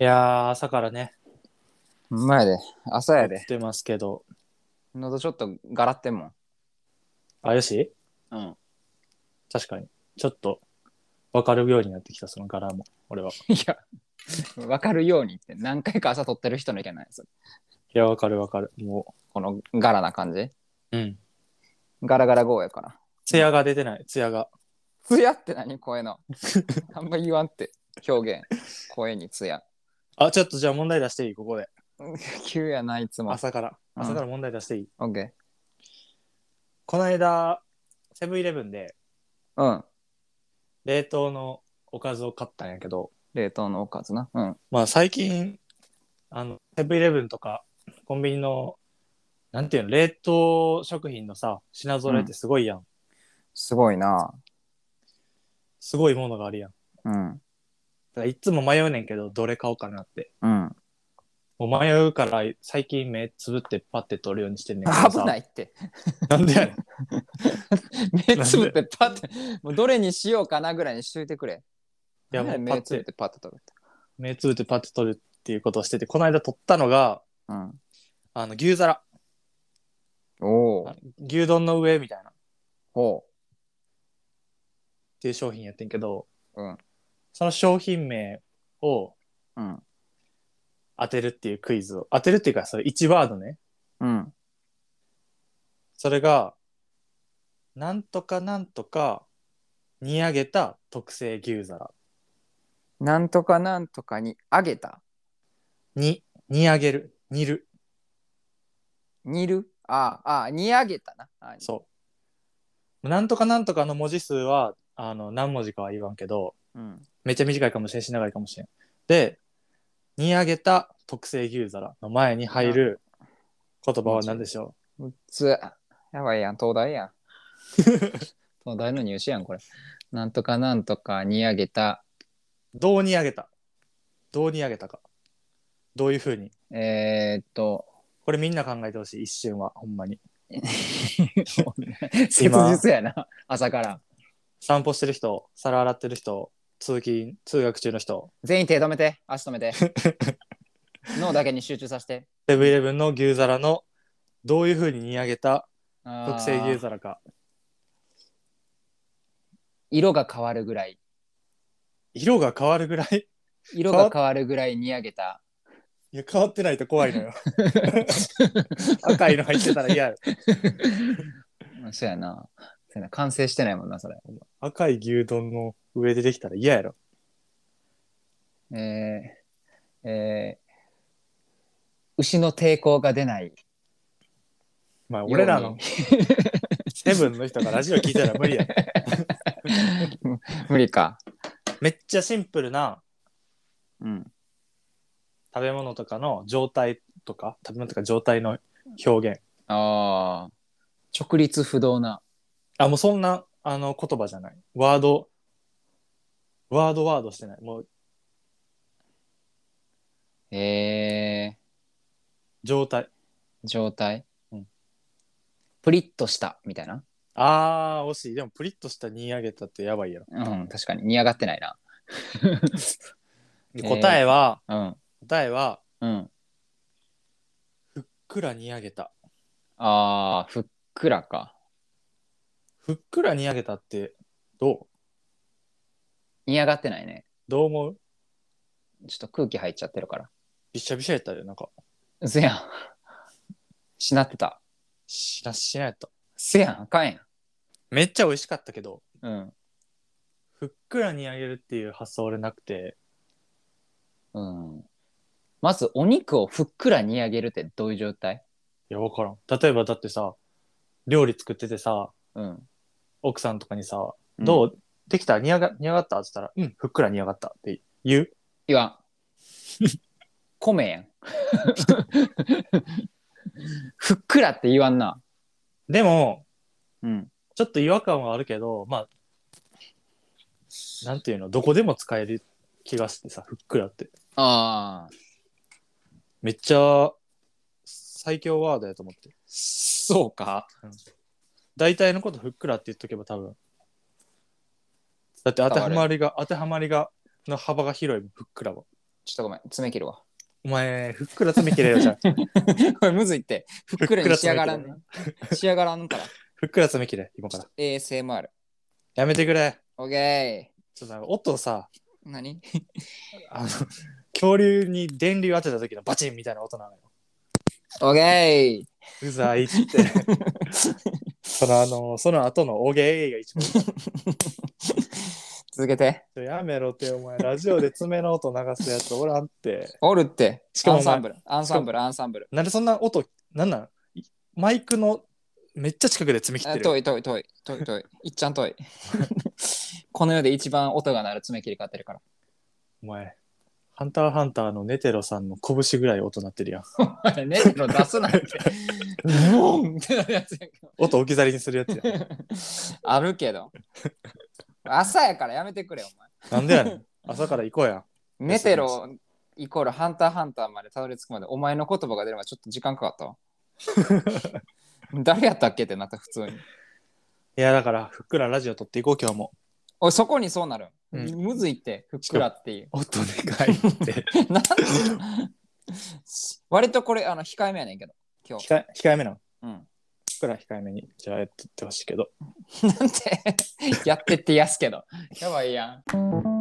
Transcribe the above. いやー、朝からね、前やで、朝ややっで。てますけど。喉ちょっとガラってんもん。あ、よしうん。確かに。ちょっと、わかるようになってきた、その柄も、俺は。いいや、わかるようにって、何回か朝撮ってる人のいけない。それや、わかるわかる。もこのガラな感じ。う、うん。ガラガラ号やから。ツヤが出てない、ツヤが。ツヤって何声 の。あんま言わんって、表現。声にツヤ。あ、ちょっとじゃあ問題出していい、ここで。急やな、いつも。朝から。うん朝から問題出していい。オッケこの間、セブンイレブンで、ー。うん。冷凍のおかずを買ったんやけど、冷凍のおかずな。うん。まあ最近、あの、セブンイレブンとか、コンビニの、なんていうの、冷凍食品のさ、品揃えってすごいやん。すごいな。すごいものがあるやん。うん。だからいつも迷うねんけど、どれ買おうかなって。うん。もう迷うから、最近目つぶってパッて取るようにしてんねんけどさ。危ないって。なんでやね ん。目つぶってパッて。もうどれにしようかなぐらいにしといてくれ。いや、も何うねパッ、目つぶっててパッて取るって。目つぶってパッて取るっていうことをしてて、この間取ったのが、うん。あの、牛皿。おお。牛丼の上みたいな。っほていう商品やってんけど、う。うん。その商品名をうん。当てるっていうクイズを。当てるっていうか、それ1ワードね。うん。それが、なんとかなんとか、煮上げた特製牛皿。なんとかなんとかにあげた。に、煮上げる。煮る。煮るああ、ああ、煮あげたな。あそう。なんとかなんとかの文字数は、あの、何文字かは言わんけど、うん。めっちゃ短いかもしれんし長いかもしれん。で、煮上げた特製牛皿の前に入る言葉は何でしょうっつ。やばいやん、東大やん。東大の入試やん、これ。なんとかなんとか煮あげた。うどう煮上げたどう煮上げたか。どういうふうに。えー、っと。これみんな考えてほしい、一瞬は、ほんまに。切実やな、朝から。散歩してる人、皿洗ってる人、通勤、通学中の人、全員手止めて、足止めて。脳だけに集中させて。セブンイレブンの牛皿のどういうふうに煮上げたあー特製牛皿か。色が変わるぐらい。色が変わるぐらい色が変わるぐらい煮あげた。いや変わってないと怖いの よ赤いの入ってたら嫌ようんそうやな。そうやな完成してないもんな、それ。 赤い牛丼の上でできたら嫌やろえー、えー、牛の抵抗が出ない。まあ俺らようのに。セブンの人がラジオ聞いたら無理や無理か。 めっちゃシンプルなうん。食べ物とかの状態とか食べ物とか状態の表現ああ。直立不動な。あもうそんなあの言葉じゃないワードワードワードしてないもうえ状態ー、状態。うんプリッとした、みたいな。あー惜しいでもプリッとした煮上げたってやばいやろうん、確かに。煮上がってないな。でえー答えは、うん。答えはうん。ふっくら煮上げたああ、ふっくらか。ふっくら煮上げたってどう煮上がってないね。どう思うちょっと空気入っちゃってるから。びっしゃびしゃやったよなんかうせやん。 しなってた。しなしなやったせやん、あかんやん。めっちゃ美味しかったけどうん。ふっくら煮上げるっていう発想俺なくてうんまずお肉をふっくら煮上げるってどういう状態いやわからん例えばだってさ料理作っててさうん。奥さんとかにさ「どう、できた煮上が煮上がった?」って言ったら「うんふっくら煮上がった」って言う言わん。米やん。ふっくらって言わんな。でもうん。ちょっと違和感はあるけどまあなんていうのどこでも使える気がしてさふっくらってああ。めっちゃ最強ワードやと思ってそうか。大体のことふっくらって言っとけば多分。だって当てはまりが、当てはまりが、の幅が広いもんふっくらは。ちょっとごめん、爪切るわ。お前、ふっくら詰め切れよじゃん。 これむずいって。ふっくらに仕上がらんね。仕上がらんから。 ふっくら詰め切れ、今かちょっらと。ASMR。やめてくれ。オッケちょっとなんか音をさ、ー。何あの、恐竜に電流当てた時のバチンみたいな音なのよ。オッケー。うざいって。そのあの、その後のおげーが一番。ち続けて。ょやめろって、お前、ラジオで爪の音流すやつおらんって。おるって。しかもアおン前サンブル。アンサンブル、アンサンブル。なんでそんな音、なんなんいマイクのめっちゃ近くで爪切っあてる。遠い遠い遠い遠い遠い。いっちゃん遠い。 この世で一番音が鳴る爪切り買って るから。お前、ハンターハンターのネテロさんの拳ぐらい音鳴ってるやん。お前ネット出すなんて。ブオンってなるやつやんか音置き去りにするやつやん。あるけど。朝やからやめてくれ、おなんでやねん。朝から行こうや。前。 メテロイコールハンターハンターまでたどり着くまでお前の言葉が出るまでちょっと時間かかった わ。誰やったっけってなった、普通に。いや、だから、ふっくらラジオ撮っていこう、今日も。おい、そこにそうなる。うんむずいって、ふっくらっていう。 音でかいって。なんで 割とこれ、あの、控えめやねんけど、今日。控え控えめなの。うん。ふっくら控えめに。じゃあ、やってってほしいけど。 なんて、やってってやすけど。やばいやん。